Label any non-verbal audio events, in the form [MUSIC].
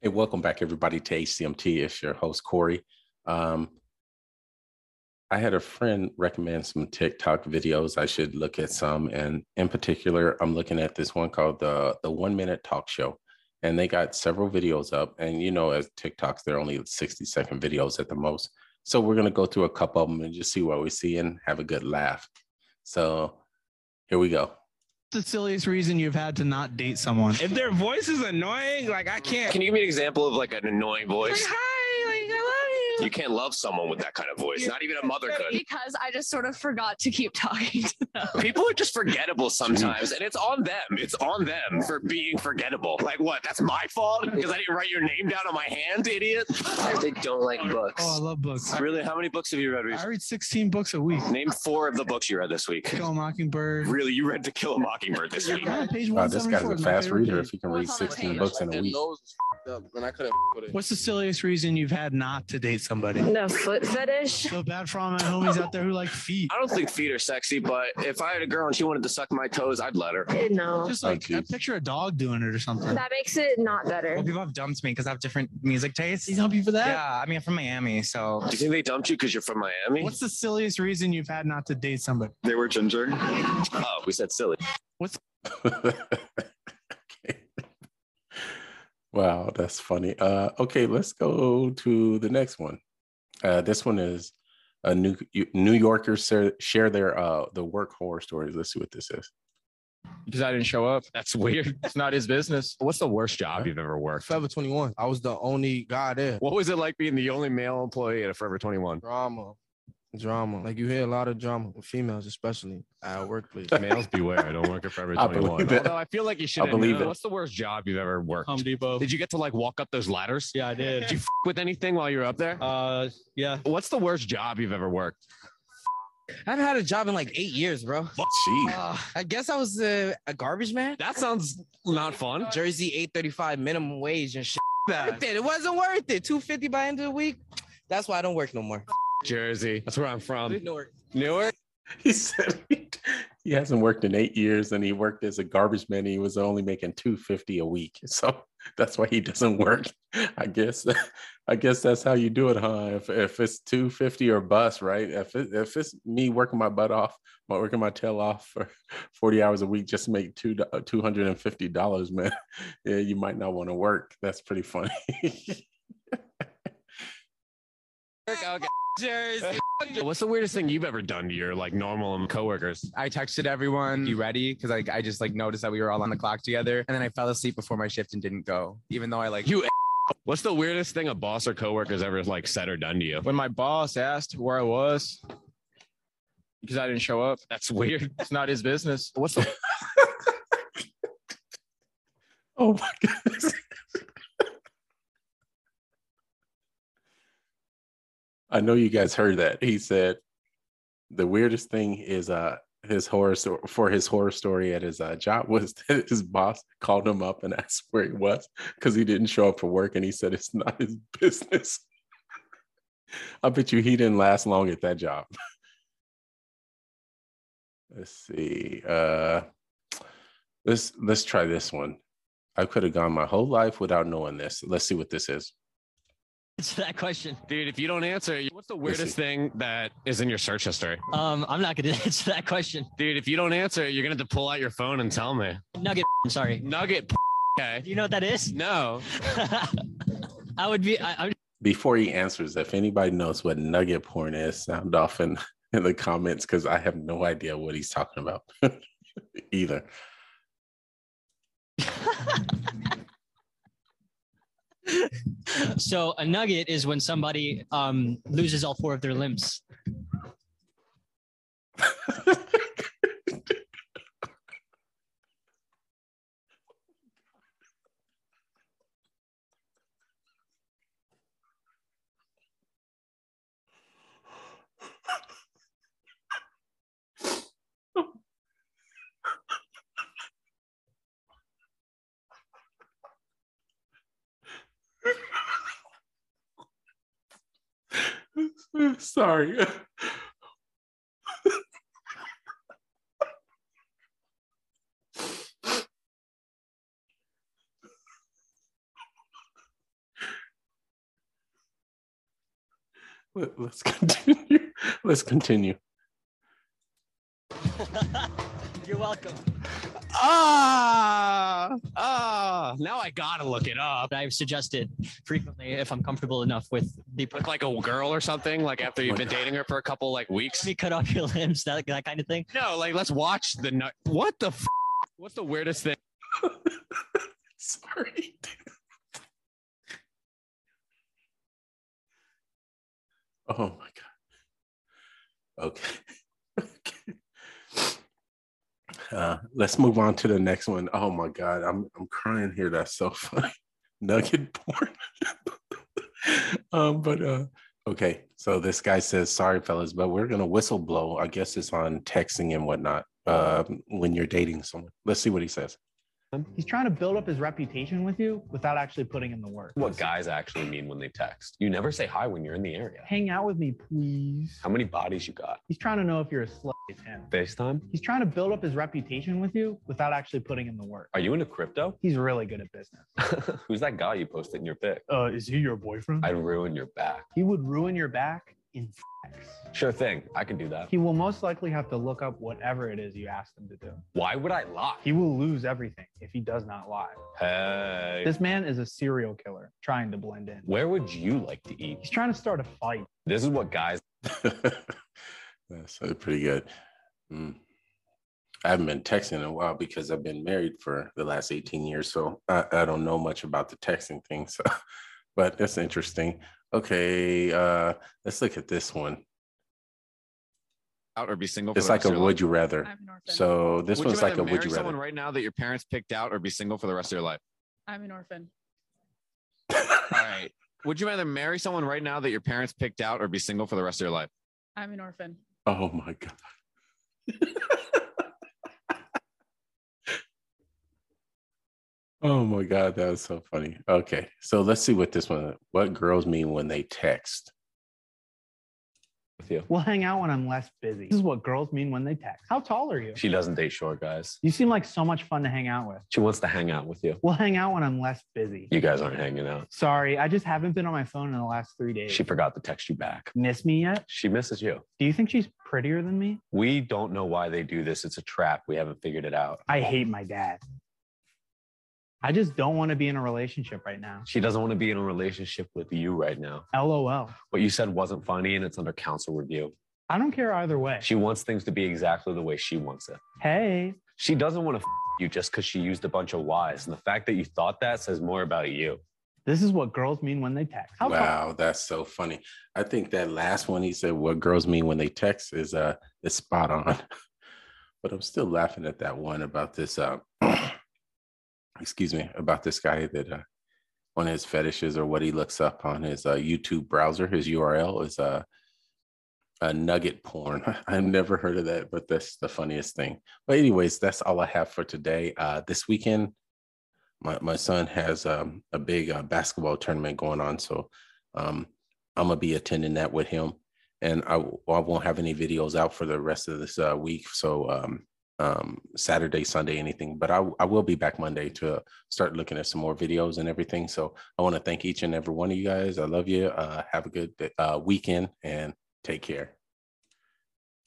Hey, welcome back, everybody, to HCMT. It's your host, Corey. Um, I had a friend recommend some TikTok videos. I should look at some. And in particular, I'm looking at this one called the, the One Minute Talk Show. And they got several videos up. And you know, as TikToks, they're only 60 second videos at the most. So we're going to go through a couple of them and just see what we see and have a good laugh. So here we go. the silliest reason you've had to not date someone? If their voice is annoying, like I can't. Can you give me an example of like an annoying Like, voice? hi, like I love you. You can't love someone with that kind of voice. Not even a mother could. because I just sort of forgot to keep [LAUGHS] talking to them. People are just forgettable sometimes, and it's on them. It's on them for being forgettable. Like what? That's my fault because I didn't write your name down on my hand, idiot. They don't like books. Oh, I love books. I, Really? How many books have you read I recently? read 16 books a week. Name four of the books you read this week. Kill a Mockingbird. Really, you read To Kill a Mockingbird this week? Yeah, page Wow, this guy's 174, a my fast favorite reader. page. If he can read What's on the 16 page? books in a Their week, nose was f***ed up, and I couldn't with it. What's the silliest reason you've had not to date somebody? The foot fetish. So bad for all my homies out there who like [LAUGHS] feet. I don't think feet are sexy, but if I had a girl and she wanted to suck my toes, I'd let her. No, Just like I geez. picture a dog doing it or something. that makes it not better. Well, people have dumped me because I have different music tastes. He's helping you for that. Yeah, I mean, I'm from Miami, so Do you think they dumped you because you're from Miami? What's the silliest reason you've had not to date somebody? They were ginger. Oh, we said silly. Okay. [LAUGHS] wow, that's funny. Uh, okay, let's go to the next one. Uh, this one is a new New Yorkers share, share their uh, the work horror stories. Let's see what this is. because I didn't show up. That's weird. [LAUGHS] It's not his business. What's the worst job you've ever worked? Forever 21. I was the only guy there. What was it like being the only male employee at a Forever 21? Drama. Drama. Like you hear a lot of drama with females, especially at workplace. [LAUGHS] Males beware. [LAUGHS] I don't work at Forever I believe 21. it. Although I feel like you should I believe it. What's the worst job you've ever worked? Um, Home Depot. Did you get to like walk up those ladders? Yeah, I Did you did. f- with anything while you were up there? Uh, yeah. What's the worst job you've ever worked? I haven't had a job in like eight years, bro. Gee, Uh, I guess I was uh, a garbage man. That sounds not fun. Jersey 835 minimum wage and shit. Worth it. it wasn't worth it. 250 by end of the week. That's why I don't work no more. Jersey. That's where I'm from. Newark. Newark. [LAUGHS] he said he, he hasn't worked in eight years, and he worked as a garbage man. And he was only making two fifty a week, [LAUGHS] so that's why he doesn't work. I guess. [LAUGHS] I guess that's how you do it, huh? If if it's two fifty or bus, right? If it, if it's me working my butt off, my working my tail off for [LAUGHS] forty hours a week just to make two uh, two hundred and fifty dollars, man. [LAUGHS] Yeah, you might not want to work. That's pretty funny. [LAUGHS] Okay. Jersey. What's the weirdest thing you've ever done to your like normal coworkers? I texted everyone, "You ready?" Because like I just like noticed that we were all on the clock together, and then I fell asleep before my shift and didn't go, even though I like. You. a- What's the weirdest thing a boss or coworker's ever like said or done to you? When my boss asked where I was, because I didn't show up. That's weird. It's not his business. What's the Oh my goodness. [LAUGHS] I know you guys heard that. He said the weirdest thing is uh his horror sto- for his horror story at his uh, job was [LAUGHS] that his boss called him up and [LAUGHS] asked where he was because he didn't show up for work and he said it's not his [LAUGHS] business. I bet you he didn't last long at that job. [LAUGHS] Let's see. Uh let's let's try this one. I could have gone my whole life without knowing this. Let's see what this is. Answer that question. Dude, if you don't answer, what's the weirdest thing that is in your search history? Um, I'm not gonna [LAUGHS] answer that question. Dude, if you don't answer, you're gonna have to pull out your phone and tell me. Nugget. I'm sorry. Nugget. Okay. Do you know what that is? [LAUGHS] No. I would be. I, I'm Before he answers, if anybody knows what nugget porn is, sound off in, in the comments because I have no idea what he's talking about [LAUGHS] either. so a nugget is when somebody um loses all four of their limbs. Sorry. Let- Let's continue. Let's continue. You're welcome. Ah, ah. Now I gotta look it up. I've suggested frequently if I'm comfortable enough with the Look like a girl or something. Like after you've been dating her for a couple like weeks. Let me cut off your [LAUGHS] limbs, that, that kind of thing. No, like let's watch the nut. What the? F- what's the weirdest thing? [LAUGHS] Sorry. Oh my god. Okay. okay. [LAUGHS] Uh, let's move on to the next one. Oh my god, I'm I'm crying here. That's so [LAUGHS] funny. Nugget porn. [LAUGHS] um, but uh okay, so this guy says, sorry fellas, but we're gonna whistle blow. I guess it's on texting and whatnot. Uh, when you're dating someone. Let's see what he says. He's trying to build up his reputation with you without actually putting in the work. What guys actually mean when they text. You never say hi when you're in the area. Hang out with me, please. How many bodies you got? He's trying to know if you're a slut. It's him. FaceTime? He's trying to build up his reputation with you without actually putting in the work. Are you into crypto? He's really good at business. [LAUGHS] Who's that guy you posted in your pic? Uh, is he your boyfriend? I'd ruin your back. He would ruin your back in sex. Sure thing. I can do that. He will most likely have to look up whatever it is you asked him to do. Why would I lie? He will lose everything if he does not lie. Hey. This man is a serial killer trying to blend in. Where would you like to He's eat? trying to start a fight. This is what guys. [LAUGHS] That's uh, pretty good. Mm. I haven't been texting in a while because I've been married for the last 18 years. So I, I don't know much about the texting thing. So, [LAUGHS] but that's interesting. Okay. Uh, let's look at this one. Out or be single. It's like a would you rather. I'm an orphan. So this one's like a would you someone rather. right now that your parents picked out or be single for the rest of your life? I'm an orphan. All [LAUGHS] right. Would you rather marry someone right now that your parents picked out or be single for the rest of your life? I'm an orphan. Oh my God. [LAUGHS] Oh my God, that was so funny. Okay, so let's see what this one. What girls mean when they text? We'll hang out when I'm less busy. This is what girls mean when they text. How tall are you? She doesn't date short guys. You seem like so much fun to hang out with. She wants to hang out with you. We'll hang out when I'm less busy. You guys aren't hanging out. Sorry, I just haven't been on my phone in the last three days. She forgot to text you back. Miss me yet? She misses you. Do you think she's prettier than me? We don't know why they do this. It's a trap. We haven't figured it out. I hate my dad. I just don't want to be in a relationship right now. She doesn't want to be in a relationship with you right now. LOL. What you said wasn't funny and it's under council review. I don't care either way. She wants things to be exactly the way she wants it. Hey, She doesn't want to f- you just because she used a bunch of whys. And the fact that you thought that says more about you. this is what girls mean when they text. How tall- Wow, that's so funny. I think that last one he said, "What girls mean when they text," is uh, is spot on. [LAUGHS] but I'm still laughing at that one about this. Uh, [CLEARS THROAT] excuse me, about this guy that uh, one of his fetishes or what he looks up on his uh, YouTube browser, his URL is uh, a nugget porn. [LAUGHS] I've never heard of that, but that's the funniest thing. But anyways, that's all I have for today. Uh, this weekend, my my son has um, a big uh, basketball tournament going on, so um, I'm gonna be attending that with him. And I, w- I won't have any videos out for the rest of this uh, week. So um, um, Saturday, Sunday, anything. But I, w- I will be back Monday to start looking at some more videos and everything. So I want to thank each and every one of you guys. I love you. Uh, have a good uh, weekend and take care.